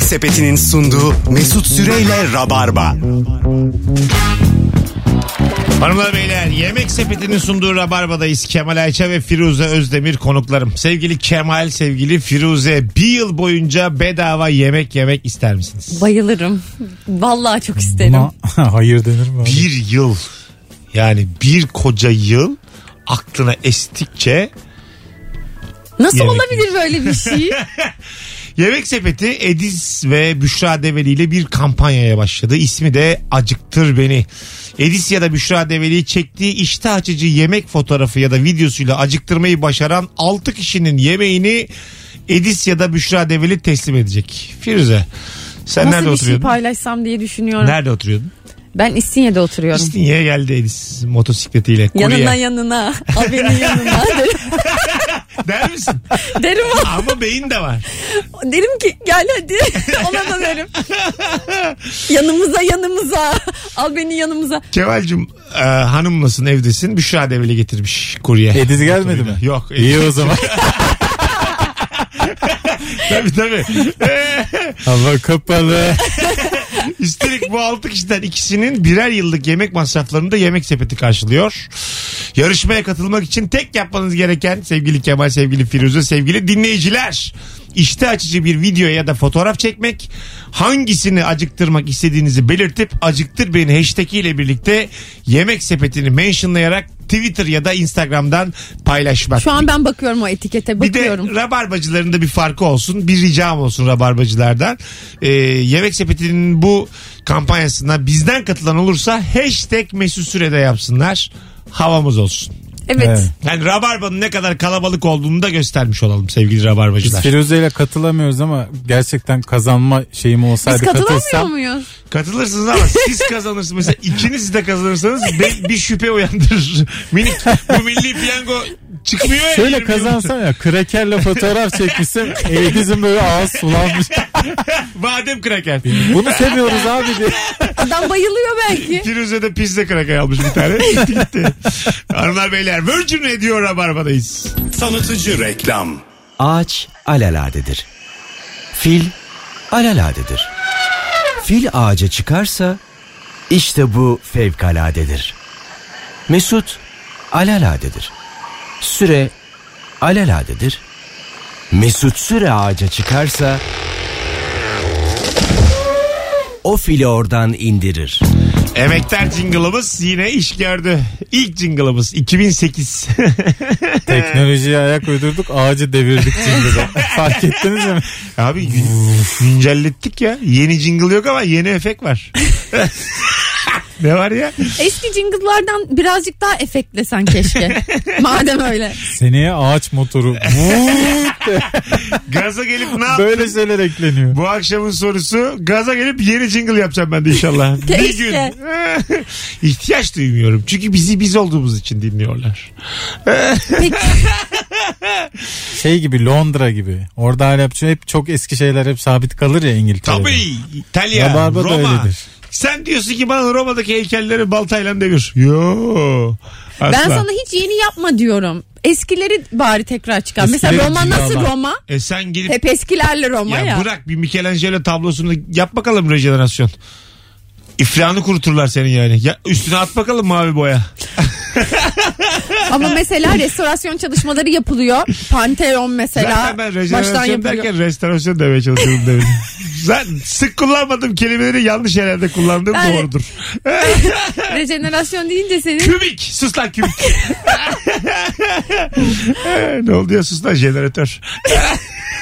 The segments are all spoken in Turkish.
Sepeti'nin sunduğu Mesut Süreyle Rabarba. Hanımlar beyler Yemek Sepeti'nin sunduğu Rabarba'dayız. Kemal Ayça ve Firuze Özdemir konuklarım. Sevgili Kemal, sevgili Firuze bir yıl boyunca bedava yemek yemek ister misiniz? Bayılırım. Vallahi çok isterim. Ama hayır denir mi? abi? Bir yıl yani bir koca yıl aklına estikçe Nasıl Yemek olabilir böyle bir şey? Yemek Sepeti Edis ve Büşra Develi ile bir kampanyaya başladı. İsmi de Acıktır Beni. Edis ya da Büşra Develi çektiği iştah açıcı yemek fotoğrafı ya da videosuyla acıktırmayı başaran 6 kişinin yemeğini Edis ya da Büşra Develi teslim edecek. Firuze sen nerede Nasıl bir şey oturuyordun? paylaşsam diye düşünüyorum. nerede oturuyordun? Ben İstinye'de oturuyorum. İstinye'ye geldi Edis motosikletiyle. Yanına Yanına... yanına. Abinin yanına. derim- Der misin? derim o. Ama beyin de var. Derim ki gel hadi. Ona da derim. yanımıza yanımıza. Al beni yanımıza. Kemal'cim e, hanımlasın evdesin Büşra Develi getirmiş kurye. Ediz gelmedi mi? Yok. İyi o zaman. tabii tabii. Ee, Hava kapalı. Üstelik bu 6 kişiden ikisinin birer yıllık yemek masraflarını da yemek sepeti karşılıyor. Yarışmaya katılmak için tek yapmanız gereken sevgili Kemal, sevgili Firuze, sevgili dinleyiciler. İşte açıcı bir video ya da fotoğraf çekmek. Hangisini acıktırmak istediğinizi belirtip acıktır beni hashtag ile birlikte yemek sepetini mentionlayarak Twitter ya da Instagram'dan paylaşmak. Şu an ben bakıyorum o etikete Bir bakıyorum. de rabarbacıların da bir farkı olsun. Bir ricam olsun rabarbacılardan. Ee, Yemek Sepeti'nin bu kampanyasına bizden katılan olursa hashtag Mesut Süre'de yapsınlar. Havamız olsun. Evet. Evet. Yani rabarbanın ne kadar kalabalık olduğunu da göstermiş olalım sevgili Biz rabarbacılar. Firuze ile katılamıyoruz ama gerçekten kazanma şeyim Biz olsaydı katılamıyor katılsam. muyuz? Katılırsınız ama siz kazanırsınız. Mesela ikiniz de kazanırsanız be- bir şüphe uyandırır. Minik bu milli piyango çıkmıyor ya. Şöyle 20 yıl. kazansam ya krakerle fotoğraf çekmişsin Ediz'in böyle ağız sulanmış. Badem kraker. Bunu seviyoruz abi diye. Adam bayılıyor belki. Firuze de pizza kraker almış bir tane. Gitti gitti. Hanımlar beyler Virgin Radio Rabarba'dayız. Tanıtıcı reklam. Ağaç alaladedir. Fil alaladedir. Fil ağaca çıkarsa işte bu fevkaladedir. Mesut alaladedir. Süre alaladedir. Mesut süre ağaca çıkarsa o fili oradan indirir. Emektar jingle'ımız yine iş gördü. İlk jingle'ımız 2008. Teknolojiye ayak uydurduk ağacı devirdik şimdi de. Fark ettiniz mi? Abi gün- güncellettik ya. Yeni jingle yok ama yeni efekt var. ne var ya? Eski jingle'lardan birazcık daha efektlesen keşke. Madem öyle. Seneye ağaç motoru. Vuuu de Gaza gelip ne yap? Böyle şeyler ekleniyor. Bu akşamın sorusu gaza gelip yeni jingle yapacağım ben de inşallah. bir Keşke. gün. İhtiyaç duymuyorum. Çünkü bizi biz olduğumuz için dinliyorlar. Peki Şey gibi Londra gibi. Orada hala hep- hep çok eski şeyler hep sabit kalır ya İngiltere'de. Tabii. İtalya, Rabarba da Roma. öyledir. Sen diyorsun ki bana Roma'daki heykelleri baltayla devir. Yo. Asla. ben sana hiç yeni yapma diyorum. Eskileri bari tekrar çıkar. Mesela Eskileri Roma nasıl cilala. Roma? E sen gelip Hep eskilerle Roma ya, ya. bırak bir Michelangelo tablosunu yap bakalım rejenerasyon. İfranı kuruturlar senin yani. Ya üstüne at bakalım mavi boya. Ama mesela restorasyon çalışmaları yapılıyor. Pantheon mesela Zaten ben baştan rejenerasyon yapılıyor. derken restorasyon demeye çalışıyorum demin. Zaten sık kullanmadığım kelimeleri yanlış yerlerde kullandığım Ben- doğrudur. Rejenerasyon deyince senin Kübik. Sus lan kübik. Ee, ne oldu ya sus lan jeneratör.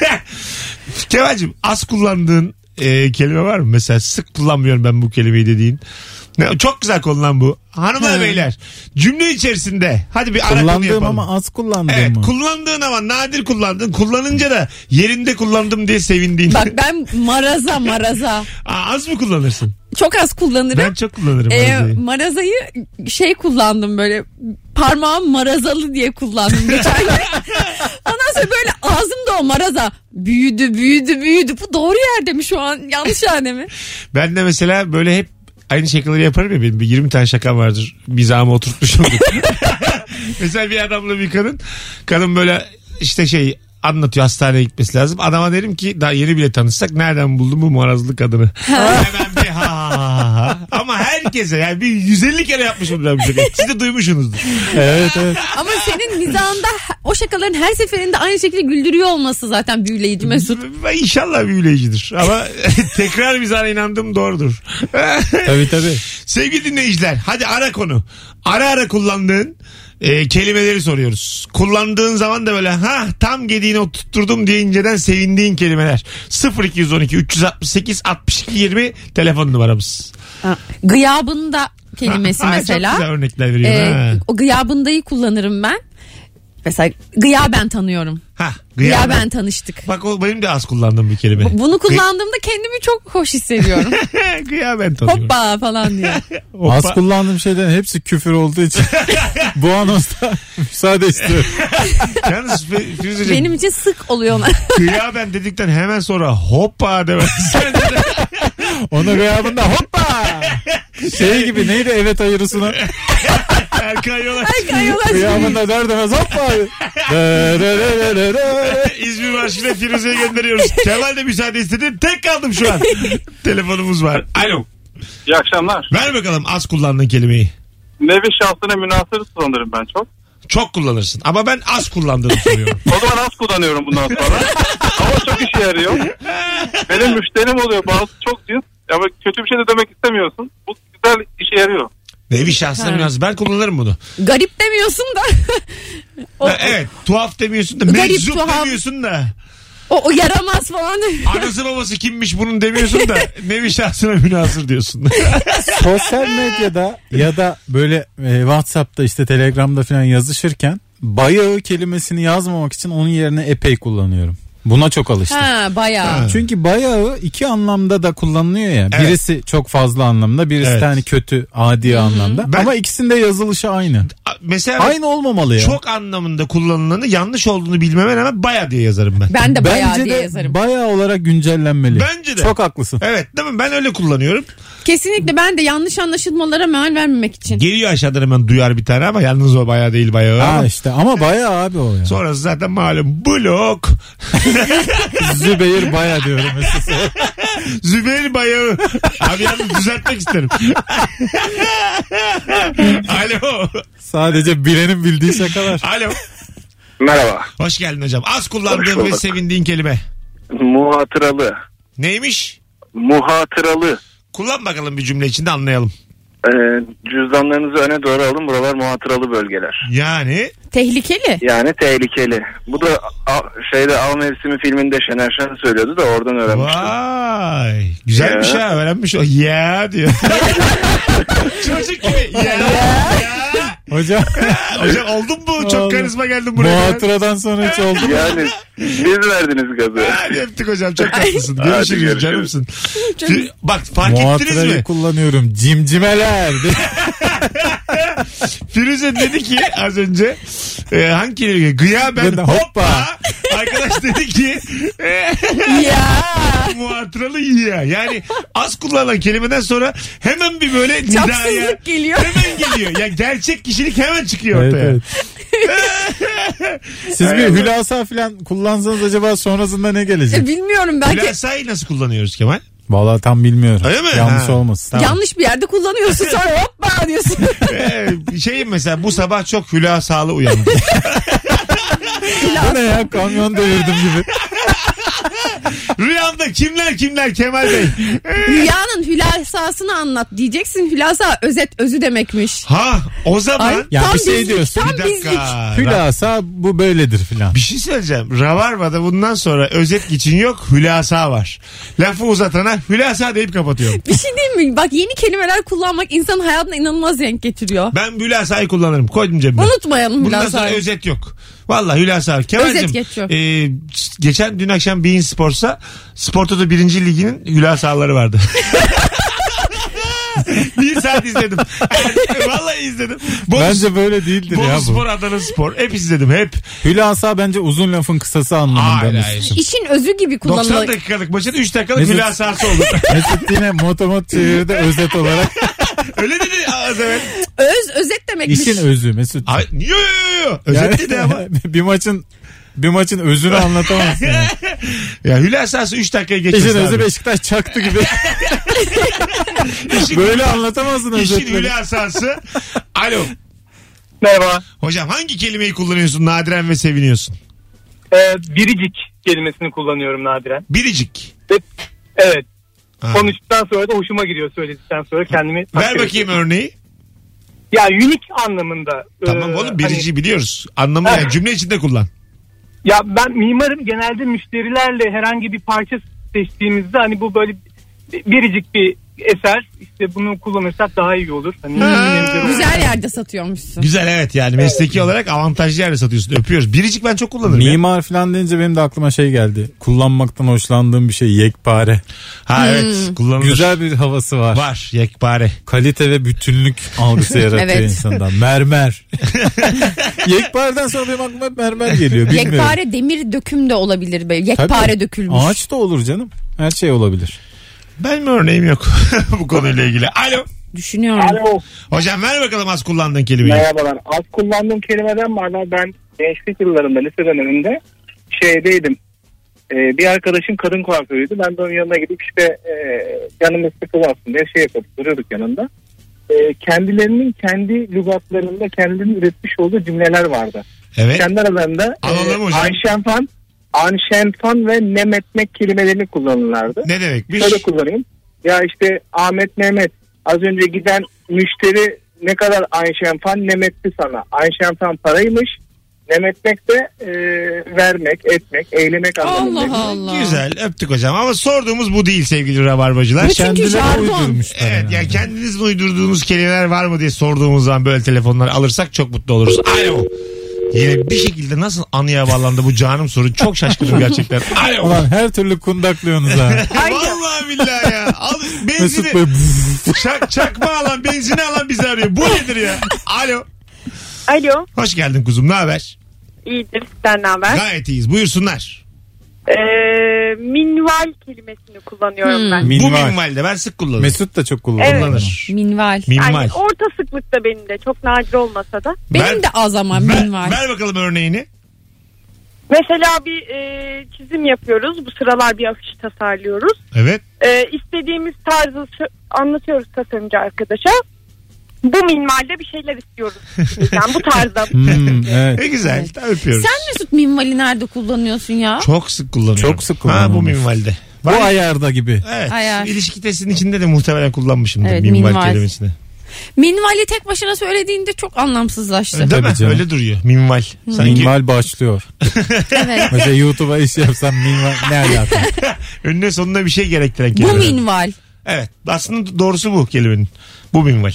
Kemal'cim az kullandığın e, kelime var mı? Mesela sık kullanmıyorum ben bu kelimeyi dediğin. Ne, çok güzel konu lan bu. Hanımlar Ha. beyler cümle içerisinde hadi bir ara konu Kullandığım yapalım. ama az kullandığım Evet mı? kullandığın ama nadir kullandın. Kullanınca da yerinde kullandım diye sevindiğin. bak ben maraza maraza Aa, az mı kullanırsın? çok az Ben kullanırım. çok kullanırım. Ee, bazen. marazayı şey kullandım böyle parmağım marazalı diye kullandım geçen gün. Ondan sonra böyle ağzımda o maraza büyüdü büyüdü büyüdü. Bu doğru yerde mi şu an yanlış yerde mi? Ben de mesela böyle hep aynı şakaları yaparım ya benim bir 20 tane şakam vardır. Mizahımı oturtmuşum. mesela bir adamla bir kadın. Kadın böyle işte şey anlatıyor hastaneye gitmesi lazım. Adama derim ki daha yeni bile tanışsak nereden buldun bu marazlı kadını? Hemen bir ha ha ha ha. Ama herkese yani bir 150 kere yapmışım ben bu şakayı. Siz de duymuşsunuzdur. Evet evet. Ama senin mizahında o şakaların her seferinde aynı şekilde güldürüyor olması zaten büyüleyici Mesut. Ben İnşallah büyüleyicidir. Ama tekrar bize inandığım doğrudur. Tabii tabii. Sevgili dinleyiciler hadi ara konu. Ara ara kullandığın e, kelimeleri soruyoruz. Kullandığın zaman da böyle ha tam gediğini oturtturdum diye inceden sevindiğin kelimeler. 0212 368 62 20 telefon numaramız. Ha, Gıyabında kelimesi Ay, Çok güzel mesela. örnekler veriyor. Ee, ha. o gıyabındayı kullanırım ben. Mesela gıyaben tanıyorum. Ha, gıyaben. Gıyaben tanıştık. Bak o benim de az kullandığım bir kelime. Bu- Bunu kullandığımda kendimi çok hoş hissediyorum. Gı- gıyaben tanıyorum. Hoppa falan diye. Hoppa. Az kullandığım şeylerin hepsi küfür olduğu için bu anosta müsaade istiyorum. Yalnız Fi- Firuzeciğim, Benim için sık oluyor onlar. gıyaben dedikten hemen sonra hoppa demez. Sen de- Ona gıyabında hoppa. Şey gibi neydi evet ayırısına Erkan Yola. Ay, yola çıkıyor. gıyabında der demez hoppa. Dö, dö, dö, dö, dö, dö. İzmir Marşı'yla Firuze'ye gönderiyoruz. Kemal de müsaade istedi. Tek kaldım şu an. Telefonumuz var. Alo. İyi akşamlar. Ver bakalım az kullandığın kelimeyi. Nevi şahsına münasır kullanırım ben çok. Çok kullanırsın. Ama ben az kullandığını soruyorum. O zaman az kullanıyorum bundan sonra. Ama çok işe yarıyor. Benim müşterim oluyor bazı çok cins. Ama kötü bir şey de demek istemiyorsun. Bu güzel işe yarıyor. Nevi şahsına biraz. Ben kullanırım bunu. Garip demiyorsun da. o, Ha, evet. Tuhaf demiyorsun da. Garip, Meczup tuhaf. demiyorsun da. o, o yaramaz falan. Anası babası kimmiş bunun demiyorsun da. Nevi şahsına münasır diyorsun. Sosyal medyada ya da böyle e, Whatsapp'ta işte Telegram'da falan yazışırken bayağı kelimesini yazmamak için onun yerine epey kullanıyorum. Buna çok alıştım. ha bayağı. Çünkü bayağı iki anlamda da kullanılıyor ya. Evet. Birisi çok fazla anlamda, birisi Evet. de hani kötü, adi anlamda. Ben- Ama ikisinde yazılışı aynı. Mesela Aynı olmamalı ya. çok anlamında kullanılanı yanlış olduğunu bilmeme rağmen baya diye yazarım ben. Ben de bayağı Bence diye de yazarım. bayağı olarak güncellenmeli. Bence de. Çok haklısın. Evet değil mi? Ben öyle kullanıyorum. Kesinlikle ben de yanlış anlaşılmalara meal vermemek için. Geliyor aşağıdan hemen duyar bir tane ama yalnız o baya değil bayağı. Ha işte ama bayağı abi o ya. Sonrası zaten malum blok. Zübeyir bayağı diyorum mesela. Zübeyir bayağı. Abi yalnız düzeltmek isterim. Alo. Sadece bilenin bildiği şakalar. Alo. Merhaba. Hoş geldin hocam. Az Hoş kullandığın bulduk. ve sevindiğin kelime. Muhatıralı. Neymiş? Muhatıralı. Kullan bakalım bir cümle içinde anlayalım. Ee, cüzdanlarınızı öne doğru alın. Buralar muhatıralı bölgeler. Yani Tehlikeli. Yani tehlikeli. Bu da a- şeyde Av Mevsimi filminde Şener Şen söylüyordu da oradan öğrenmiştim. vay güzelmiş Ya. ha öğrenmiş o. Ya diyor. Çocuk gibi. Ya. ya. Hocam Hocam oldun mu? Oldum. Çok karizma geldin bu buraya. hatıradan sonra hiç oldu mu? Yani biz verdiniz gazı. Hadi öptük hocam çok tatlısın. Hadi Görüşürüz görüşürüz. canımsın. Ki- Bak fark ettiniz mi? Muhatırayı kullanıyorum. Cimcimeler. Firuze dedi ki az önce e, hangi kelime? Gıyaben Ben de hoppa. hoppa. Arkadaş dedi ki e, ya. muhatıralı ya. Yani az kullanılan kelimeden sonra hemen bir böyle nidaya Çapsızlık geliyor. hemen geliyor. Ya gerçek kişilik hemen çıkıyor evet, ortaya. evet. Siz Hay bir Allah. hülasa falan kullansanız acaba sonrasında ne E, gelecek? bilmiyorum belki Hülasayı nasıl kullanıyoruz Kemal? Vallahi tam bilmiyorum. Öyle mi? Yanlış Ha. olmasın. yanlış bir yerde kullanıyorsun sonra hoppa diyorsun. Ee, şeyim mesela bu sabah çok hülasalı uyandım. Bu ne ya? Kamyon devirdim gibi. Rüyamda kimler kimler Kemal Bey? Rüyanın hülasasını anlat diyeceksin. Hülasa özet özü demekmiş. Ha o zaman Ay, Ya tam bir şey bizlik, diyorsun. Tam bir dakika. Hülasa bu böyledir filan. Bir şey söyleyeceğim. Rabarba'da bundan sonra özet için yok hülasa var. Lafı uzatana hülasa deyip kapatıyorum. Bir şey değil mi? Bak yeni kelimeler kullanmak insanın hayatına inanılmaz renk getiriyor. Ben hülasayı kullanırım. Koydum cebime. Unutmayalım Bundan sonra hülasayı. özet yok. Valla hülasa. Özet Kemal'cim geçiyor. e, geçen dün akşam Bein Sports'a Sportoto 1. Ligi'nin hülasaları vardı. bir saat izledim. Vallahi izledim. Bolu, Bence böyle değildir ya Bolu bu. şey Spor, Adana Spor. Hep izledim hep. Hülasa bence uzun lafın kısası anlamında. Hayır, Mesut. hayır. İşin özü gibi 90 kullanılır. dakikalık maçın 3 dakikalık Mesut- hülasası olur. Mesut yine motomot çevirdi özet olarak. Öyle dedi az evvel. Öz özet demekmiş. İşin özü Mesut. Ay, yo yo yo, yo. Özetle de ama. bir maçın bir maçın özünü anlatamazsın. Yani. Ya hülasa 3 dakikaya İşin geçmesi özü lazım. Beşiktaş çaktı gibi. İşin- Böyle anlatamazsın İşin özetleri. hülasası. Alo. Merhaba. Hocam hangi kelimeyi kullanıyorsun nadiren ve seviniyorsun? Ee, biricik kelimesini kullanıyorum nadiren. Biricik. Ve, evet. Ha. Konuştuktan sonra da hoşuma gidiyor söyledikten sonra kendimi. Ver takdir bakayım ediyorum. örneği. Ya unique anlamında. Tamam ee, oğlum hani- birici biliyoruz. Anlamı yani Ha. cümle içinde kullan. Ya ben mimarım genelde müşterilerle herhangi bir parça seçtiğimizde hani bu böyle biricik bir eser işte bunu kullanırsak daha iyi olur. Hani Güzel yerde satıyormuşsun. Güzel evet yani mesleki olarak avantajlı yerde satıyorsun. Öpüyoruz. Biricik ben çok kullanırım. ya. Mimar falan deyince benim de aklıma şey geldi. Kullanmaktan hoşlandığım bir şey yekpare. Hmm. Ha evet kullanılır. Güzel bir havası var. Var yekpare. Kalite ve bütünlük algısı yaratıyor Evet. insanda. Mermer. Yekpareden sonra benim aklıma hep mermer geliyor. Bilmiyorum. Yekpare demir döküm de olabilir böyle. Tabii. Yekpare dökülmüş. Ağaç da olur canım. Her şey olabilir. Ben mi örneğim yok bu konuyla ilgili. Alo. Düşünüyorum. Hocam ver bakalım az kullandığın kelimeyi. Merhabalar. Az kullandığım kelimeden var ama ben gençlik yıllarında lise döneminde şeydeydim. Ee, bir arkadaşım kadın kuaförüydü. Ben de onun yanına gidip işte e, yanımız sıkılı aslında şey yapıp duruyorduk yanında. Ee, kendilerinin kendi lügatlarında kendilerinin üretmiş olduğu cümleler vardı. Evet. Kendi aralarında e, Alalım hocam. anşenfan, anşenfan ve nem etmek kelimelerini kullanırlardı. Ne demekmiş? Şöyle kullanayım. Ya işte Ahmet Mehmet az önce giden müşteri ne kadar Ayşenfan nemetti sana. Ayşenfan paraymış. Nemetmek de e, vermek, etmek, eylemek anlamında. Allah Allah. Güzel öptük hocam ama sorduğumuz bu değil sevgili rabarbacılar. Bütün Çünkü jargon. uydurmuşlar. Evet yani. yani kendiniz mi uydurduğunuz kelimeler var mı diye sorduğumuz zaman böyle telefonları alırsak çok mutlu oluruz. Alo. Yine bir şekilde nasıl anıya bağlandı bu canım soru. Çok şaşkınım gerçekten. Alo. Ulan her türlü kundaklıyorsunuz ha. Vallahi billahi ya. Al Mesut benzini Bey bzz. çak, çakma alan benzini alan bizi arıyor. Bu nedir ya? Alo. Alo, Hoş geldin kuzum ne haber? iyidir. Sen ne haber? Gayet iyiyiz buyursunlar. Ee, minval kelimesini kullanıyorum Hmm. ben. Bu Minval. minvalde ben sık kullanırım. Mesut da çok kullanır. Evet. Kullanır. Minval. Yani Minval. orta sıklıkta benim de çok nadir olmasa da. Benim Ver- de az ama Ver, minval. ver bakalım örneğini. Mesela bir e, çizim yapıyoruz. Bu sıralar bir afiş tasarlıyoruz. Evet. E, istediğimiz tarzı sö- anlatıyoruz tasarımcı arkadaşa. Bu minvalde bir şeyler istiyoruz. Yani bu tarzda. Hmm, evet. Ne güzel. Tamam, Öpüyoruz. Sen Mesut minvali nerede kullanıyorsun ya? Çok sık kullanıyorum. Çok sık Ha bu kullanılmış. minvalde. Bu Var- ayarda gibi. Evet. Ayar. İlişki testinin içinde de muhtemelen kullanmışımdır Evet, minval, minval. kelimesini. Minvali tek başına söylediğinde çok anlamsızlaştı. Değil mi? Tabii canım. Öyle duruyor. Minval. Sanki Minval başlıyor. evet. Mesela YouTube'a iş yapsam minval ne alaka? önüne sonuna bir şey gerektiren kelime. Bu minval. Evet. Aslında doğrusu bu kelimenin. Bu minval.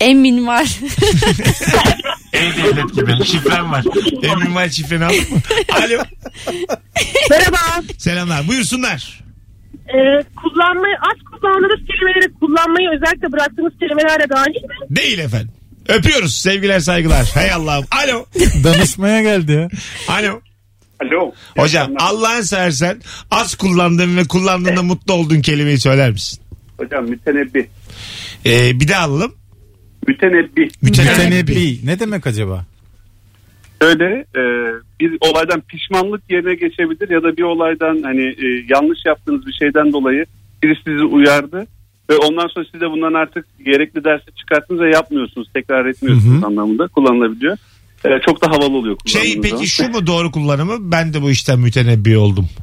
En minval. E-Devlet gibi. Şifrem var. E-Minval şifreni al. Alo. Merhaba. Selamlar. Buyursunlar. kullanmayı, az kullandığınız kelimeleri kullanmayı özellikle bıraktığınız kelimelerle dahil mi? Değil efendim. Öpüyoruz. Sevgiler saygılar. Hey Allah'ım. Alo. Danışmaya geldi ya. Alo. Alo. Hocam Allah'ın seversen az kullandığın ve kullandığında mutlu olduğun kelimeyi söyler misin? Hocam mütenebbi. Ee, bir daha alalım. Mütenebbi. Mütenebi. Ne demek acaba? Şöyle e, bir olaydan pişmanlık yerine geçebilir ya da bir olaydan hani e, yanlış yaptığınız bir şeyden dolayı biri sizi uyardı ve ondan sonra siz de bundan artık gerekli dersi çıkarttınız ve yapmıyorsunuz tekrar etmiyorsunuz anlamında kullanılabiliyor. E, çok da havalı oluyor Şey kullandığınız peki şu mu doğru kullanımı? Ben de bu işten mütenebbi oldum. zaman.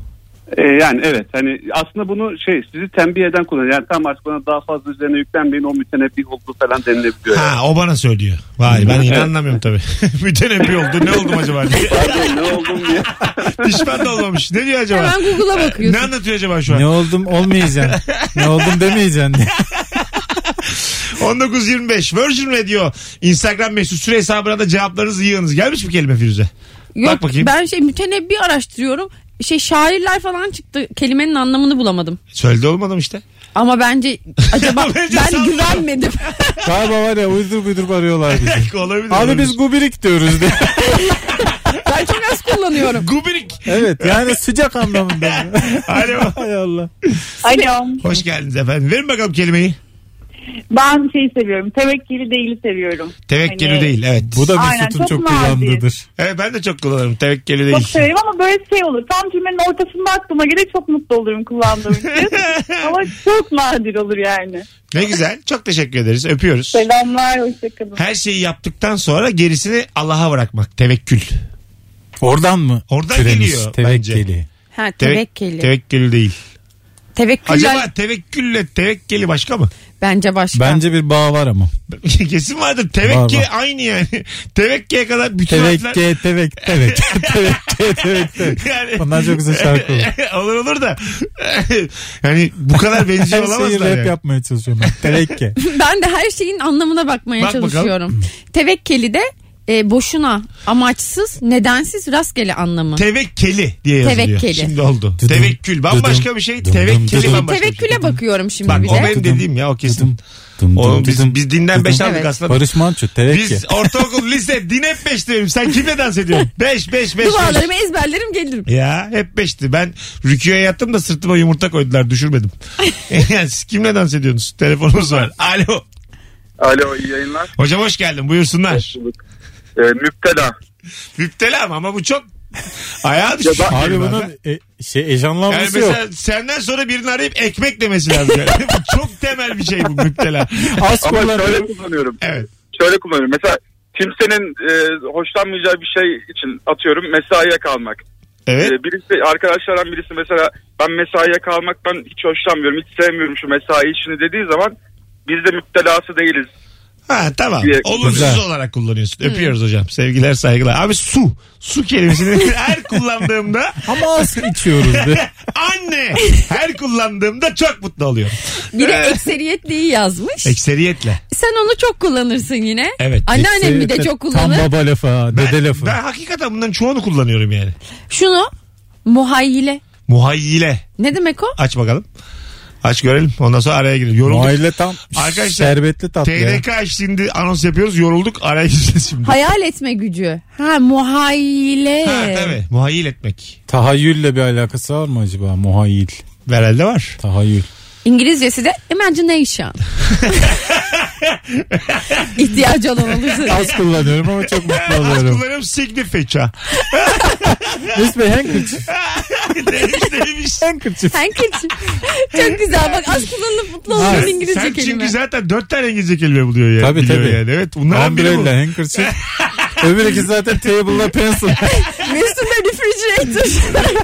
E, yani evet hani aslında bunu şey sizi tembih eden kullanıyor. Yani tam artık bana daha fazla üzerine yüklenmeyin o mütenebbi oldu falan denilebiliyor. yani. Ha o bana söylüyor. Vay ben yine Evet. anlamıyorum tabii. mütenebbi oldu. Ne oldum acaba? diye. Pardon ne oldum diye. Pişman da olmamış. Ne diyor acaba? Hemen Google'a Ne bakıyorsun. anlatıyor acaba şu an? Ne oldum olmayacaksın. ne oldum demeyeceksin. diye. 19.25 Virgin Radio Instagram mesut süre hesabına da cevaplarınızı yığınız. Gelmiş mi kelime Firuze? Yok, Bak bakayım. Ben şey mütenebbi araştırıyorum. Şey şairler falan çıktı. Kelimenin anlamını bulamadım. Söyledi olmadım işte. Ama bence acaba Bence ben sallıyorum. güvenmedim. Galiba var ya uydur uydur arıyorlar bizi. Olabilir. Abi biz gubirik diyoruz diye. ben çok az kullanıyorum. Gubirik. evet yani sıcak anlamında. Alo. Hay Allah. Alo. Hoş geldiniz efendim. Verin bakalım kelimeyi. Ben şeyi seviyorum. Tevekkeli değili seviyorum. Tevekkülü Hani- değil evet. Bu da Aynen, Mesut'un çok çok nadir. kullandığıdır. Evet ben de çok kullanırım. Tevekkülü Çok değil. severim ama böyle şey olur. Tam cümlenin ortasında aklıma gelir çok mutlu olurum kullandığım için. ama çok nadir olur yani. ne güzel. Çok teşekkür ederiz. Öpüyoruz. Selamlar, hoşçakalın. Her şeyi yaptıktan sonra gerisini Allah'a bırakmak. Tevekkül. Oradan mı? Oradan türemiş geliyor Tevekkeli. Ha Tevek- tevekkeli. Tevekkül değil. Tevekküller Acaba tevekkülle tevekkeli başka mı? bence başka. Bence bir bağ var ama. Kesin vardır. Tevekkül Var, var. aynı yani. Tevekkiye kadar bütün harfler- Tevekke, tevek, tevek, tevekke, tevek, tevek. Yani- Bundan çok güzel şarkı olur. olur olur da. yani bu kadar benziyor Her şeyi rap olamazlar yani. yapmaya çalışıyorum ben. Tevekke. Ben de her şeyin anlamına bakmaya Bak bakalım. Hmm. çalışıyorum. Tevekkeli de e, boşuna, amaçsız, nedensiz, rastgele anlamı. Tevekkeli diye yazılıyor. Tevekkeli. Şimdi oldu. Dıdım, Tevekkül bambaşka dıdım, bir şey. dıdım, Tevekkeli dıdım. bambaşka bir şey. Tevekküle bakıyorum şimdi Bak bir o de. benim dediğim ya o kesin. Dum, dum, Oğlum dum, biz, biz dinden 5 dum. aldık Evet. aslanım. Barış Manço, tevekke. Biz ortaokul, lise din hep 5 derim. Sen kimle dans ediyorsun? 5 5 5. Dualarımı ezberlerim gelirim. Ya hep 5'ti. Ben rüküye yattım da sırtıma yumurta koydular düşürmedim. yani siz kimle dans ediyorsunuz? Telefonumuz var. Alo. Alo iyi yayınlar. Hocam hoş geldin buyursunlar. Ee, müptela. Müptelam ama bu çok ayağa düşmüş. Abi galiba. bunun e, şey yani ejanlanması yok. mesela senden sonra birini arayıp ekmek demesi lazım. Yani. Bu çok temel bir şey bu müptela. Az Ama şöyle kullanıyorum. kullanıyorum. Evet. Şöyle kullanıyorum. Mesela kimsenin e, hoşlanmayacağı bir şey için atıyorum mesaiye kalmak. Evet. Ee, birisi arkadaşlardan birisi mesela ben mesaiye kalmaktan hiç hoşlanmıyorum, hiç sevmiyorum şu mesai işini dediği zaman biz de müptelası değiliz. Ha tamam. Diye- Olumsuz Güzel. olarak kullanıyorsun. Öpüyoruz hocam. Sevgiler saygılar. Abi su. Su kelimesini her kullandığımda Ama az içiyoruz de. anne her kullandığımda çok mutlu oluyorum. Bir de ekseriyetliği yazmış. Ekseriyetle. Sen onu çok kullanırsın yine. Evet. Anneannem bir de çok kullanır. Tam baba lafı ha, Ben, dede lafı. ben hakikaten bunların çoğunu kullanıyorum yani. Şunu muhayyile. Muhayyile. Ne demek o? Aç bakalım. Aç görelim. Ondan sonra araya girelim. Yorulduk. Muhayyile tam Arkadaşlar, şerbetli tatlı. ya. TDK şimdi anons yapıyoruz. Yorulduk. Araya gireceğiz şimdi. Hayal etme gücü. Ha muhayyile. Ha, tabii. Muhayyil etmek. Tahayyülle bir alakası var mı acaba? Muhayyil. Herhalde var. Tahayyül. İngilizcesi de imagination. İhtiyacı olan olursa. Az kullanıyorum ama çok mutlu Az oluyorum. kullanıyorum significa. Resmen handkerchief. Neymiş neymiş. Handkerchief. Handkerchief. Çok güzel bak az kullanılıp mutlu olduğun Evet. İngilizce Sen kelime. çünkü zaten dört tane İngilizce kelime buluyor yani. Tabii, biliyor tabii. Yani. Evet bunlardan biri bu. Umbrella, handkerchief. Öbür iki zaten table'la pencil. Mesut'un da refrigerator.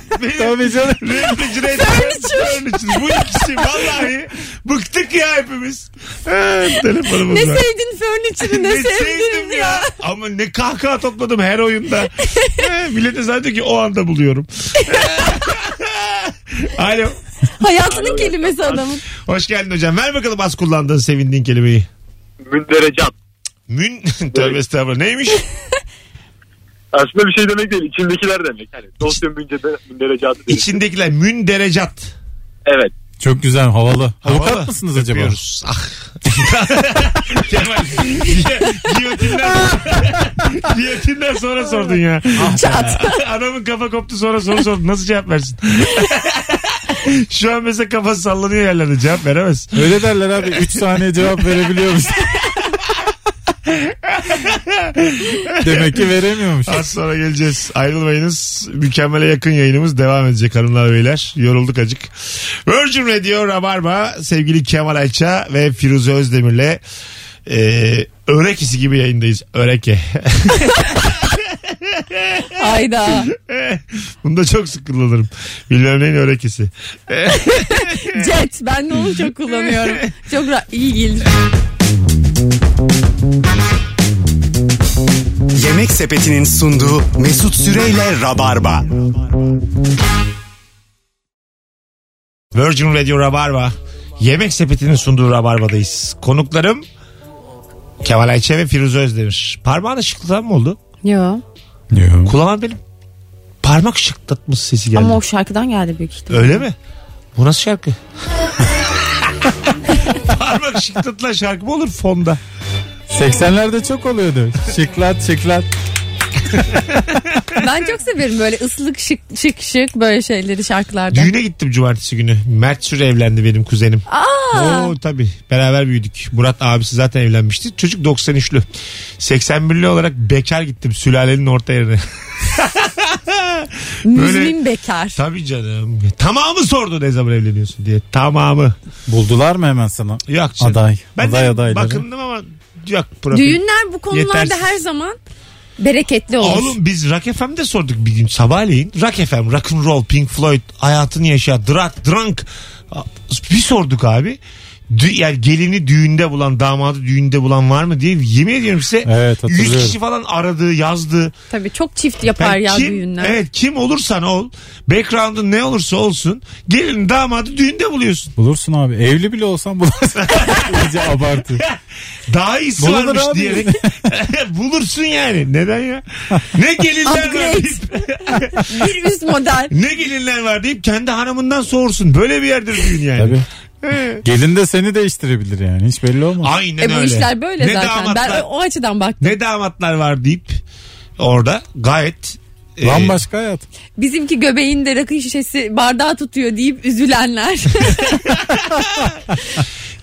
Tabii canım. Refrigerator. Furniture. Bu ikisi vallahi bıktık ya hepimiz. Ha, telefonumuz ne var. sevdin furniture'ı ne, sevdin ya. Ama ne kahkaha topladım her oyunda. Ee, Millete zaten ki o anda buluyorum. Alo. Hayatının kelimesi adamın. Hoş geldin hocam. Ver bakalım az kullandığın sevindiğin kelimeyi. Münderecan. Mün tövbe estağfurullah. Neymiş? Aslında bir şey demek değil. içindekiler demek. Yani dosyanın münderecatı demek. İçindekiler mün derecat. Evet. Çok güzel, havalı. Havalı. Avukat mısınız acaba? Öpüyoruz. Ah. Kemal. gi- Giyotinden, giyotinden sonra sordun ya. Çat. Adamın kafa koptu sonra soru sordu. Nasıl cevap versin? Şu an mesela kafası sallanıyor yerlerde cevap veremez. Öyle derler abi 3 saniye cevap verebiliyormuş. Demek ki veremiyormuş. Az sonra geleceğiz. Ayrılmayınız. Mükemmele yakın yayınımız devam edecek hanımlar beyler. Yorulduk acık. Virgin Radio Rabarba sevgili Kemal Ayça ve Firuze Özdemir'le e, örekisi gibi yayındayız. Öreke. Hayda. Bunu da Eh, çok sık kullanırım. Bilmem neyin örekisi. Jet. Ben de onu çok kullanıyorum. Çok ra- iyi gelir. Yemek sepetinin sunduğu Mesut Süreyle Rabarba. Virgin Radio Rabarba. Yemek sepetinin sunduğu Rabarba'dayız. Konuklarım Kemal Ayça ve Firuze Özdemir. Parmağın ışıklatan mı oldu? Yo. Yok. Kulağın benim. Parmak ışıklatmış sesi geldi. Ama o şarkıdan geldi büyük ihtimal. Öyle mi? Bu nasıl şarkı? Parmak şıklatılan şarkı mı olur fonda? 80'lerde çok oluyordu. Şıklat şıklat. Ben çok severim böyle ıslık şık şık şık böyle şeyleri şarkılarda. Düğüne gittim cumartesi günü. Mert Süre evlendi benim kuzenim. Aa, Oo tabii. Beraber büyüdük. Murat abisi zaten evlenmişti. Çocuk 93'lü. 81'li olarak bekar gittim sülalenin orta yerine. müzmin bekar. tabii canım. Tamamı sordu ne zaman evleniyorsun diye. Tamamı. Buldular mı hemen sana? Yok canım. Aday. Ben aday de adayları. bakındım ama yok profil. Düğünler bu konularda Yetersiz. her zaman bereketli olur. Oğlum biz Rock FM'de sorduk bir gün sabahleyin. Rock FM, rock and roll, Pink Floyd, hayatını yaşa, drunk, drunk. Bir sorduk abi. Dü- yani gelini düğünde bulan, damadı düğünde bulan var mı diye yemin ediyorum size. Evet, 100 hatırlıyorum. kişi falan aradı, yazdı. Tabii çok çift yapar Yani ya kim, E- düğünler. Evet kim olursan ol, background'un ne olursa olsun gelin damadı düğünde buluyorsun. Bulursun abi. Evli bile olsan bulursun. İyice abartı. Daha iyisi Bulunur varmış abi. diyerek bulursun yani. Neden ya? Ne gelinler var Upgrade. deyip- Bir üst model. Ne gelinler var deyip kendi hanımından soğursun. Böyle bir yerdir düğün yani. Tabii. He. Gelin de seni değiştirebilir yani. Hiç belli olmaz. Aynen E bu öyle. işler böyle ne zaten. Damatlar, Ben o açıdan baktım. Ne damatlar var deyip orada gayet e, Bambaşka hayat. Bizimki göbeğinde rakı şişesi bardağı tutuyor deyip üzülenler.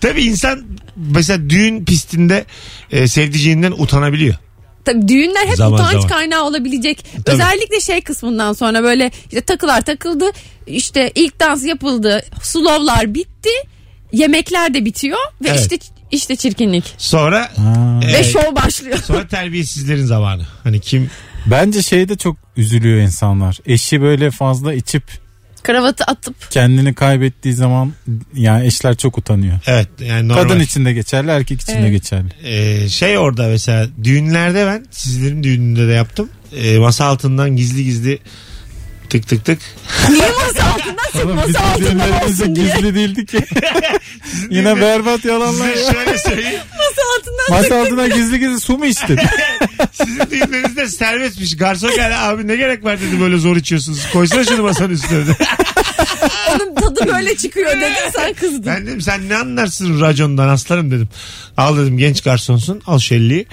Tabii insan mesela düğün pistinde e, sevdiceğinden utanabiliyor. Tabii düğünler hep Zaman utanç zaman. kaynağı olabilecek. Tabii. Özellikle şey kısmından sonra böyle işte takılar takıldı. işte ilk dans yapıldı. Slowlar bitti. Yemekler de bitiyor ve Evet. işte işte çirkinlik Sonra e, ve şov başlıyor. sonra terbiyesizlerin zamanı. Hani kim Bence şeyde çok üzülüyor insanlar. Eşi böyle fazla içip Kravatı atıp kendini kaybettiği zaman yani eşler çok utanıyor. evet yani normal. Kadın içinde geçerli, erkek içinde Evet. geçerli. E, şey orada mesela düğünlerde ben sizlerin düğününde de yaptım. E, masa altından gizli gizli tık tık tık niye masa altından çık Oğlum biz masa altından birbirimize olsun diye. gizli değildi ki. Yine berbat yalanlar. ya. Size şöyle söyleyeyim. Masa altından Masa altına gizli gizli su mu içtin? Sizin düğünlerinizde serbestmiş. Garson geldi abi ne gerek var dedi böyle zor içiyorsunuz. Koysana şunu masanın üstüne dedi. onun tadı böyle çıkıyor dedin sen kızdın. Ben dedim sen ne anlarsın racondan aslanım dedim. Al dedim genç garsonsun al şelliyi.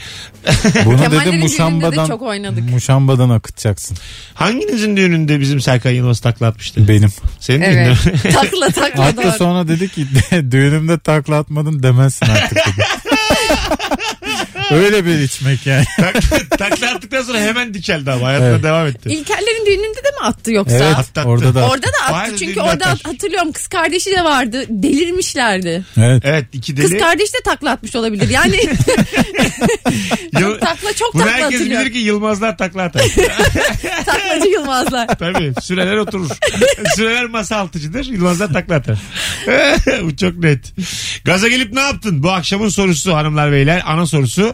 Bunu Kemallerin dedim düğününde de muşambadan, çok oynadık. muşambadan akıtacaksın. Hanginizin düğününde bizim Serkan Yılmaz takla atmıştı? Benim. Senin Evet. düğünde mi? takla takla Hatta doğru. sonra dedi ki düğünümde takla atmadın demezsin artık dedi. Öyle bir içmek yani. Tak- takla attıktan sonra hemen dikeldi ama hayatına Evet. devam etti. İlkerlerin düğününde de mi attı yoksa? Evet Atlattı. orada da. Orada da attı Aynen, çünkü düğünde orada atar. hatırlıyorum kız kardeşi de vardı. Delirmişlerdi. Evet. Evet iki deli. Kız kardeş de takla atmış olabilir. Yani Yıl- takla çok Bunu takla herkes atılıyor. bilir ki Yılmazlar takla atar. Taklacı Yılmazlar. Tabii süreler oturur. süreler masa altıcıdır. Yılmazlar takla atar. Bu çok net. Gaza gelip ne yaptın? Bu akşamın sorusu hanımlar beyler. Ana sorusu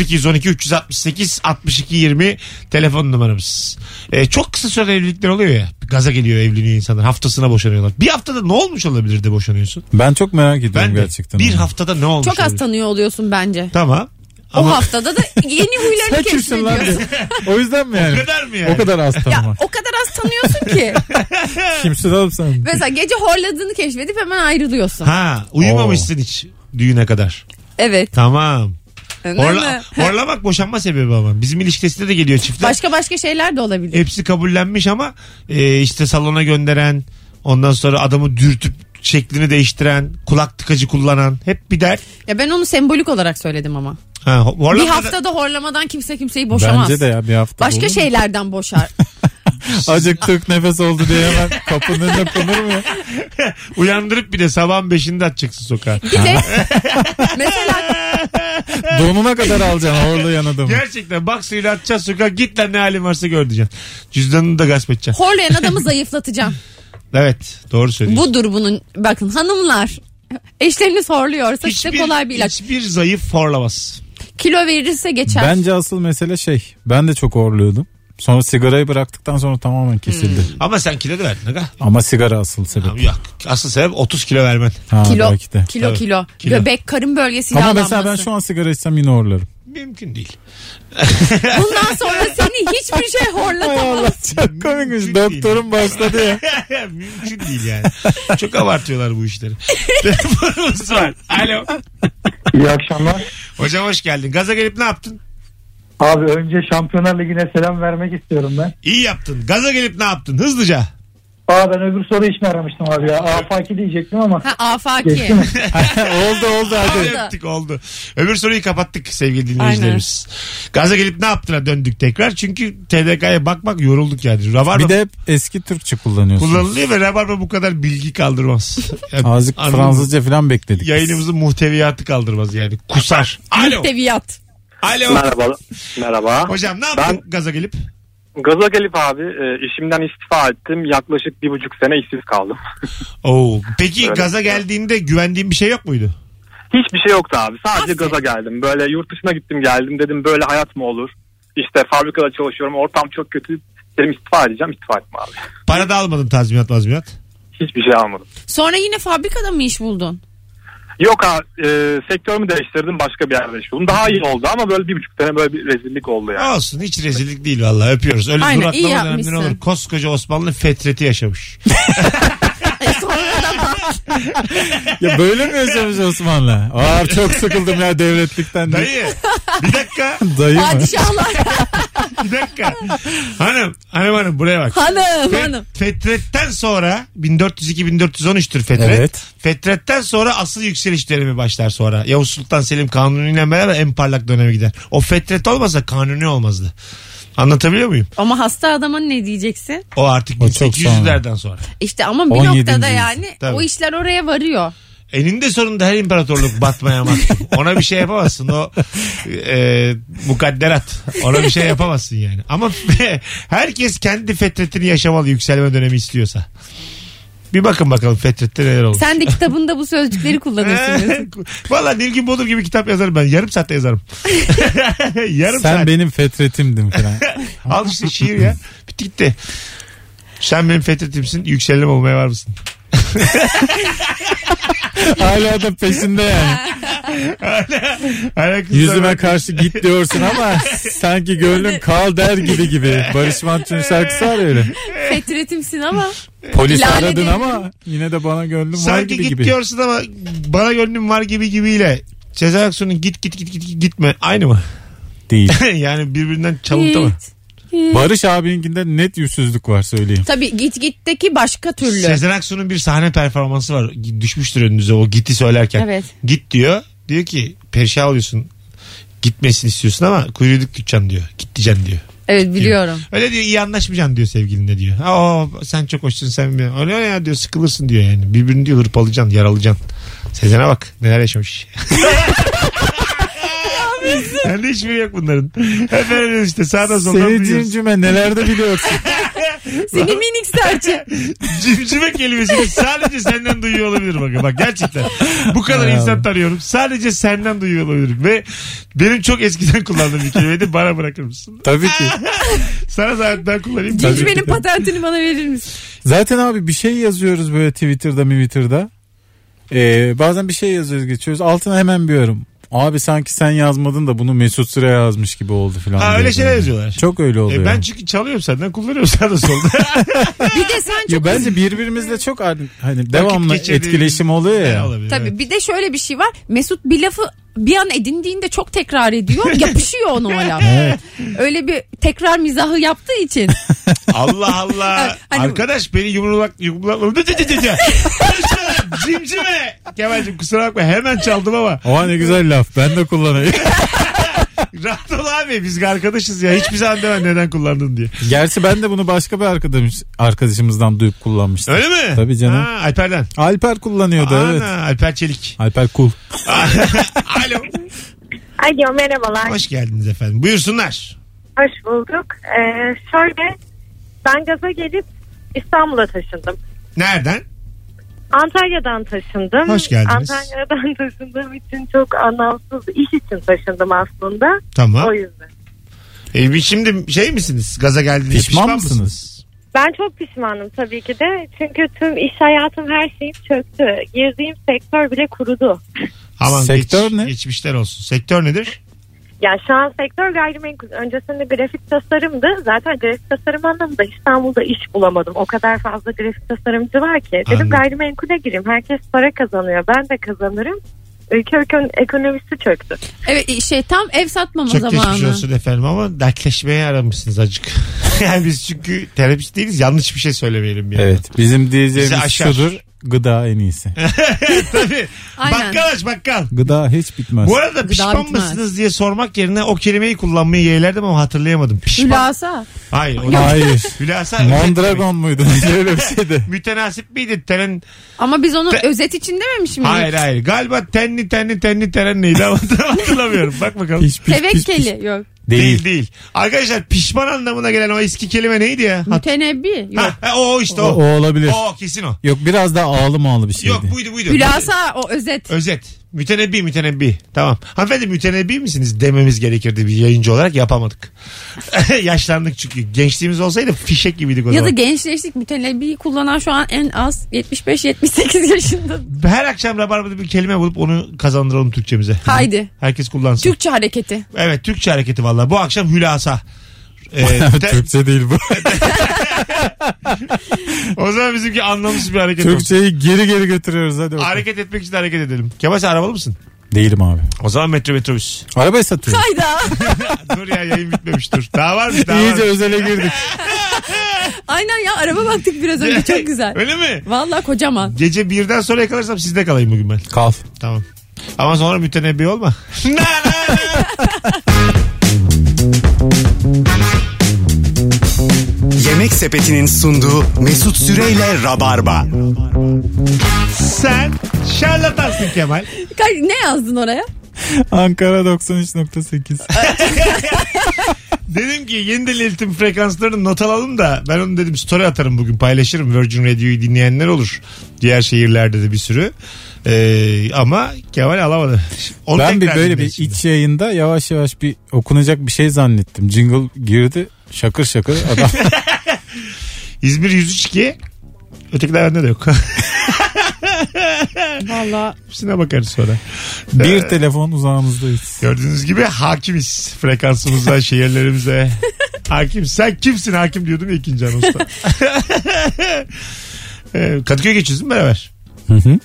0212 368 62 20 telefon numaramız. Ee, çok kısa süreli evlilikler oluyor ya. Gaza geliyor evleniyor insanlar. Haftasına boşanıyorlar. Bir haftada ne olmuş olabilir de boşanıyorsun? Ben çok merak ediyorum Ben de gerçekten. bir onu. haftada ne olmuş Çok az olabilir? tanıyor oluyorsun bence. Tamam. O Ama haftada da yeni huylarını Sen kimsin lan keşfediyorsun. diye. O yüzden mi yani? o kadar mı yani? O kadar az Ya e, tanımak. o kadar az tanıyorsun ki. Kimsin oğlum sen? Mesela gece horladığını keşfedip hemen ayrılıyorsun. Ha uyumamışsın hiç düğüne kadar. Evet. Tamam. Horla, Değil mi? horlamak boşanma sebebi ama. Bizim ilişkisinde de geliyor çiftler. Başka başka şeyler de olabilir. Hepsi kabullenmiş ama e, işte salona gönderen, ondan sonra adamı dürtüp şeklini değiştiren, kulak tıkacı kullanan hep bir dert. Ya ben onu sembolik olarak söyledim ama. Ha, ho- Bir horlamada- haftada horlamadan kimse kimseyi boşamaz. Bence de ya bir hafta. Başka şey olur mu? şeylerden boşar. Acıktık nefes oldu diye hemen kapının önüne konur mu ya? uyandırıp bir de sabahın beşinde atacaksın sokağa. Bir de mesela Donuna kadar alacaksın orada yanadımı. Gerçekten bak suyla atacağız sokağa git lan ne halin varsa gör diyeceksin. Cüzdanını da gasp edeceksin. horlayan adamı zayıflatacağım. Evet doğru söylüyorsun. Budur bunun. Bakın hanımlar eşleriniz horluyorsa size kolay bir ilaç. Hiçbir zayıf horlamaz. Kilo verirse geçer. Bence asıl mesele şey. Ben de çok horluyordum. Sonra sigarayı bıraktıktan sonra tamamen kesildi. Ama sen kilo da verdin. aga. Ama sigara asıl sebep. Yok. Asıl sebep 30 kilo vermen. Ha, kilo, belki de. kilo, Tabii. kilo, Kilo. Göbek, karın bölgesi Ama yağlanması. mesela ben şu an sigara içsem yine horlarım. Mümkün değil. Bundan sonra seni hiçbir şey horlatamaz. Çok Mümkün değil. komikmiş. Doktorum başladı ya. Mümkün değil yani. Çok abartıyorlar bu işleri. Telefonumuz var. Alo. İyi akşamlar. Hocam hoş geldin. Gaza gelip ne yaptın? Abi önce Şampiyonlar Ligi'ne selam vermek istiyorum ben. İyi yaptın. Gaza gelip ne yaptın? Hızlıca. Aa ben öbür soru için aramıştım abi ya. Afaki diyecektim ama. Ha afaki. Geçti mi? oldu oldu hadi. Oldu. Yaptık, oldu. Öbür soruyu kapattık sevgili dinleyicilerimiz. Gaza gelip ne yaptına döndük tekrar. Çünkü TDK'ya bakmak yorulduk yani. Rabarba Bir de hep eski Türkçe kullanıyorsunuz. kullanılıyor ve Rabarba bu kadar bilgi kaldırmaz. Yani Azıcık anladın mı? Fransızca falan bekledik. biz. Yayınımızın muhteviyatı kaldırmaz yani. Kusar. Alo. Seviyat. Alo. Merhaba. Merhaba. Hocam ne yaptın gaza gelip? Gaza gelip abi e, işimden istifa ettim. Yaklaşık bir buçuk sene işsiz kaldım. Oo. Peki Evet. gaza şey geldiğinde güvendiğin bir şey yok muydu? Hiçbir şey yoktu abi. Sadece gaza geldim. Böyle yurt dışına gittim geldim. Dedim böyle hayat mı olur? İşte fabrikada çalışıyorum. Ortam çok kötü. Dedim istifa edeceğim. İstifa ettim abi. Para da almadın tazminat tazminat. Hiçbir şey almadım. Sonra yine fabrikada mı iş buldun? Yok abi e, sektörümü değiştirdim. Başka bir yerde iş buldum. Daha iyi oldu ama böyle bir buçuk sene böyle bir rezillik oldu yani. Olsun hiç rezillik değil vallahi öpüyoruz. Öyle Aynen, iyi duraklama dönemleri yapmışsın. olur. Koskoca Osmanlı fetreti yaşamış. Ya böyle mi yaşamış Osmanlı? Aa çok sıkıldım ya devletlikten. Dayı, Dayı bir dakika Dayı mı? Padişahlar. bir dakika. Hanım hanım hanım buraya bak. hanım Fe- hanım. Fetret'ten sonra 1402-1413'tür Fetret. Evet. Fetret'ten sonra asıl yükseliş dönemi başlar sonra. Yavuz Sultan Selim kanuniyle beraber en parlak döneme gider. O Fetret olmasa kanuni olmazdı. Anlatabiliyor muyum? Ama hasta adama ne diyeceksin? O artık O çok 1800'lerden sonra. İşte ama bir 17. noktada yani Tabii. o işler oraya varıyor. Eninde sonunda her imparatorluk batmaya mahkum. Ona bir şey yapamazsın. O e, mukadderat. Ona bir şey yapamazsın yani. Ama herkes kendi fetretini yaşamalı yükselme dönemi istiyorsa. Bir bakın bakalım fetrette neler olmuş. Sen de kitabında bu sözcükleri kullanıyorsun. Valla Nilgün Bodur gibi kitap yazarım ben. Yarım saatte yazarım. Yarım Sen saat. benim fetretimdin falan. Al işte şiir ya. Bitti gitti. Sen benim fetretimsin. Yükselenim olmaya var mısın? Hala da peşinde yani. Alakası Yüzüme var. karşı git diyorsun ama sanki gönlüm kal der gibi gibi. Barış Manço'nun şarkısı var ya öyle. Fetretimsin ama. Polis Lanet aradın herif. ama yine de bana gönlüm var Sanki gibi git gibi. diyorsun ama bana gönlüm var gibi gibiyle Sezen Aksu'nun git git git git git- gitme aynı mı? Değil. yani birbirinden çalıntı mı? Git. Git. Barış abininkinde net yüzsüzlük var söyleyeyim. Tabii git gitteki başka türlü. Sezen Aksu'nun bir sahne performansı var. Düşmüştür önünüze o giti söylerken. Evet. Git diyor. Diyor ki perişan oluyorsun. Gitmesini istiyorsun ama kuyruğu dik tutacağım diyor. Git diyeceksin diyor. Evet biliyorum. Öyle diyor iyi anlaşmayacaksın diyor sevgilinle diyor. Aa sen çok hoşsun sen mi? Öyle ya diyor sıkılırsın diyor yani. Birbirini diyor hırpalayacaksın yaralayacaksın. Sezen'e bak neler yaşamış. Yani hiçbiri yok bunların. Efendim işte sağdan soldan Sevdiğin duyuyoruz. cümle nelerde biliyorsun. Seni minik serçe. Cimcime kelimesini sadece senden duyuyor olabilirim. Bak, bak gerçekten. Bu kadar Hay insan Allah. tanıyorum. Sadece senden duyuyor olabilirim. Ve benim çok eskiden kullandığım bir kelimeydi. Bana bırakır mısın? Tabii ki. Sana zaten ben kullanayım. Tabii. Cimcimenin patentini bana verir misin? Zaten abi bir şey yazıyoruz böyle Twitter'da Twitter'da. Ee, bazen bir şey yazıyoruz geçiyoruz. Altına hemen bir yorum. Abi sanki sen yazmadın da bunu Mesut Süre yazmış gibi oldu falan. Ha, öyle diyor. şeyler yazıyorlar. Çok öyle oluyor. E ben çünkü çalıyorum senden kullanıyorum sağda solda. Bir de sen Ya çok bence birbirimizle çok ar- hani devamlı geçirdiğin- etkileşim oluyor Ne ya. olabilir, Tabii evet. bir de şöyle bir şey var. Mesut bir lafı bir an edindiğinde çok tekrar ediyor. Yapışıyor ona o laf. Evet. Öyle bir tekrar mizahı yaptığı için. Allah Allah. Hani- Arkadaş beni yumrulak yumrulakladı. Dı dı dı dı dı. Karışma, Cimcime. Kemal'cim kusura bakma hemen çaldım ama. Oha ne hani güzel laf. Ben de kullanayım. Rahat ol abi biz arkadaşız ya. Hiçbir zaman demem neden kullandın diye. Gerçi ben de bunu başka bir arkadaşımız arkadaşımızdan duyup kullanmıştım. Öyle mi? Tabii canım. Ha, Alper'den. Alper kullanıyordu Ana, evet. Alper Çelik. Alper cool. Alo. Alo merhabalar. Hoş geldiniz efendim. Buyursunlar. Hoş bulduk. Ee, şöyle ben gaza gelip İstanbul'a taşındım. Nereden? Antalya'dan taşındım. Hoş geldiniz. Antalya'dan taşındığım için çok anlamsız iş için taşındım aslında. Tamam. O yüzden. E, bir şimdi şey misiniz? Gaza geldiğinizde pişman, Pişman mısınız? mısınız? Ben çok pişmanım tabii ki de. Çünkü tüm iş hayatım her şeyim çöktü. Girdiğim sektör bile kurudu. Aman Sektör geç- ne? Geçmişler olsun. Sektör nedir? Ya şu an sektör gayrimenkul. Öncesinde grafik tasarımdı. Zaten grafik tasarım anlamında İstanbul'da iş bulamadım. O kadar fazla grafik tasarımcı var ki. Dedim Anladım. gayrimenkule gireyim. Herkes para kazanıyor. Ben de kazanırım. Ülke ekonomisi çöktü. Evet şey tam ev satmama Çok geçmiş zamanı. olsun efendim ama dertleşmeye aramışsınız acık. yani biz çünkü terapist değiliz yanlış bir şey söylemeyelim. Yani. Evet bizim Bizi diyeceğimiz aşar. şudur. Gıda en iyisi. Tabii. Aynen. Bakkal aç bakkal. Gıda hiç bitmez. Bu arada Gıda pişman bitmez. mısınız diye sormak yerine o kelimeyi kullanmayı yeğlerdim ama hatırlayamadım. Pişman. Hülasa. Hayır. o- Hayır. Hülasa. Mondragon muydu? Öyle bir şeydi. Mütenasip miydi? Tenen... Ama biz onu Te- özet için dememiş miyiz? Hayır hayır. Galiba tenli tenli tenli tenen neydi ama hatırlamıyorum. Bak bakalım. Piş, piş, piş, piş. Tevekkeli. Yok. Değil Değil. değil. Arkadaşlar pişman anlamına gelen o eski kelime neydi ya? Hat- Mütenebbi. Yok. Ha, ha, o işte O, o. o olabilir. O kesin o. Yok biraz daha ağlı mağlı bir şeydi. Yok buydu buydu. Hülasa o özet. Özet. Mütenebbi mütenebbi. Tamam. Hanımefendi mütenebbi misiniz dememiz gerekirdi bir yayıncı olarak yapamadık. Yaşlandık çünkü. Gençliğimiz olsaydı fişek gibiydik o Ya da zaman. gençleştik mütenebbi kullanan şu an en az 75-78 yaşında. Her akşam rabarbada bir kelime bulup onu kazandıralım Türkçemize. Haydi. Herkes kullansın. Türkçe hareketi. Evet Türkçe hareketi valla. Bu akşam hülasa. Ee, te- Türkçe değil bu. o zaman bizimki anlamsız bir hareket olsun. Türkçeyi geri geri götürüyoruz hadi. bakalım. Hareket etmek için hareket edelim. Kemal sen arabalı mısın? Değilim abi. O zaman metro metrobüs. Arabayı satıyorum. Hayda. dur ya yayın bitmemiş dur. Daha var mı? Daha İyice var. özele girdik. Aynen ya araba baktık biraz önce çok güzel. Öyle mi? Vallahi kocaman. Gece birden sonra yakalarsam sizde kalayım bugün ben. Kal. Tamam. Ama sonra mütenebbi olma. Na, na, na. Yemek Sepeti'nin sunduğu Mesut Süreyle Rabarba. Sen şarlatansın Kemal. Ka- Ne yazdın oraya? Ankara 93.8. Dedim ki yeni delirtim frekanslarını not alalım da ben onu dedim story atarım bugün paylaşırım. Virgin Radio'yu dinleyenler olur. Diğer şehirlerde de bir sürü. Ee, ama Kemal alamadı. Onu ben bir tekrar böyle bir dinleyin şimdi. iç yayında yavaş yavaş bir okunacak bir şey zannettim. Jingle girdi. Şakır şakır adam. İzmir 102. Ötekiler bende de yok. Vallahi Hepsine bakarız sonra. bir telefon uzağımızdayız. Gördüğünüz gibi hakimiz. Frekansımıza, şehirlerimize. Hakim. Sen kimsin hakim diyordum ya ikinci an usta. Ee, Kadıköy geçiyoruz değil mi beraber? Hı hı.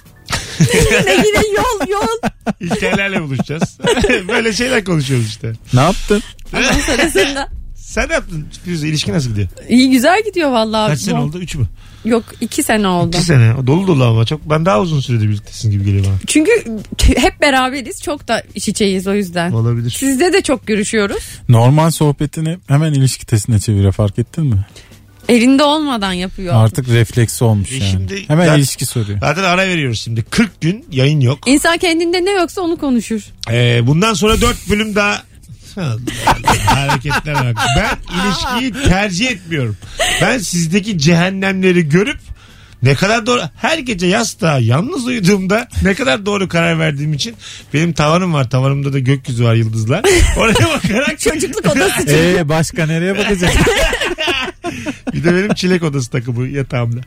yine yine yol yol. İlkerlerle buluşacağız. Böyle şeyler konuşuyoruz işte. ne yaptın? Ondan sonrasında. Sen ne yaptın? Firuze ilişki nasıl gidiyor? İyi güzel gidiyor vallahi. Kaç sene Yok- oldu? Üç mü? Yok iki sene oldu. İki sene. Dolu dolu ama çok. Ben daha uzun süredir birliktesin gibi geliyor bana. Çünkü t- hep beraberiz. Çok da iç içeyiz o yüzden. Olabilir. Sizde de çok görüşüyoruz. Normal sohbetini hemen ilişki testine çevire fark ettin mi? Elinde olmadan yapıyor. Artık refleksi olmuş E yani. şimdi hemen ben- ilişki soruyor. Zaten ara veriyoruz şimdi. 40 gün yayın yok. İnsan kendinde ne yoksa onu konuşur. Ee, bundan sonra 4 bölüm daha hareketler bak. Ben ilişkiyi tercih etmiyorum. Ben sizdeki cehennemleri görüp ne kadar doğru her gece yastığa yalnız uyuduğumda ne kadar doğru karar verdiğim için benim tavanım var tavanımda da gökyüzü var yıldızlar oraya bakarak Çocukluk odası için. Ee başka nereye bakacak? bir de benim çilek odası takımı yatağımda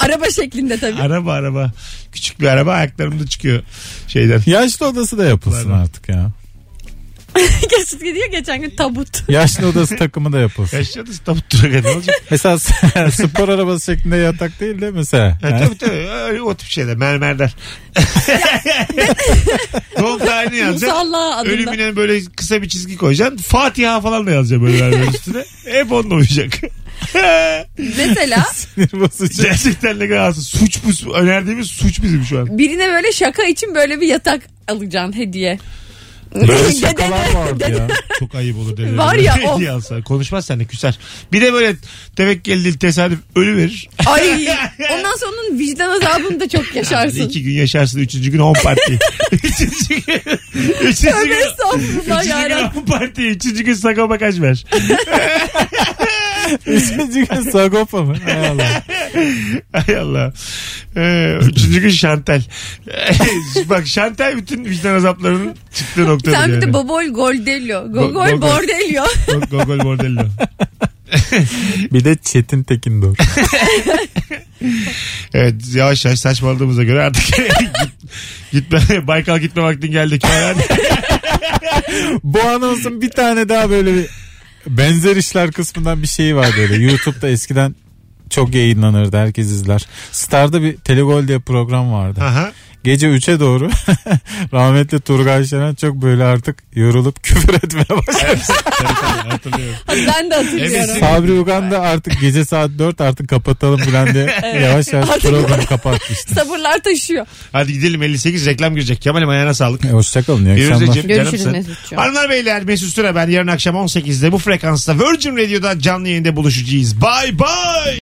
Araba şeklinde tabii. araba araba küçük bir araba ayaklarımda çıkıyor şeyden Yaşlı odası da yapılsın artık ya. Geçit gidiyor geçen gün tabut. Yaşlı odası takımı da yapılsın. yaşlı odası tabut duruyor ne olacak Mesela spor arabası şeklinde yatak değil de mesela. Ha, E, tabii tabii öyle o tip şeyler mermerler. Doğum tarihini yazacaksın. Musalla adında. Ölümüne böyle kısa bir çizgi koyacaksın. Fatiha falan da yazacaksın böyle mermer üstüne. Hep onunla uyuyacak. Mesela Sinir bozucu. Gerçekten ne kadar hassas. suç bu. Önerdiğimiz suç bizim şu an. birine böyle şaka için böyle bir yatak alacaksın hediye. Böyle Dedene- şakalar vardı ya. Çok ayıp olur dedim. Var ya, of. Diye alsa. Konuşmaz seninle küser. Bir de böyle tevekkeli değil tesadüf ölü verir. Ay ondan sonra onun vicdan azabını da çok yaşarsın. İki gün yaşarsın. Üçüncü gün on parti. üçüncü gün. Üçüncü Tövbe gün. estağfurullah Üçüncü gün yarabbim. on parti. Üçüncü gün sakoma kaç ver. Üçüncü gün Sagopa mı? Hay Allah. Ay Allah. Ee, üçüncü gün Şantel. Bak Şantel bütün vicdan azaplarının çıktığı Bir noktadır tane bir yani. de Bobol Goldelio. Gogol Gogol. Bordelio. Go- Gogol Bordello. Bir de Çetin Tekindor. Evet yavaş yavaş saçmaladığımıza göre artık git- gitme, Baykal gitme vaktin geldi. Kemal. Bu anonsun bir tane daha böyle bir benzer işler kısmından bir şeyi var böyle. YouTube'da eskiden çok yayınlanırdı herkes izler. Star'da bir Telegol diye program vardı. Aha. Gece 3'e doğru rahmetli Turgay Şener çok böyle artık yorulup küfür etmeye başlamış. ben de hatırlıyorum. Sabri Ugan da artık gece saat 4 artık kapatalım falan diye Evet. yavaş yavaş Artık- programı kapatmıştı. Sabırlar taşıyor. Hadi gidelim 58 reklam girecek. Kemal'im ayağına sağlık. Hoşçakalın. E, iyi Görüşürüz akşamlar. Ecem, canımsın. Hanımlar beyler Mesut Süre ben yarın akşam 18'de bu frekansta Virgin Radio'da canlı yayında buluşacağız. Bye bye.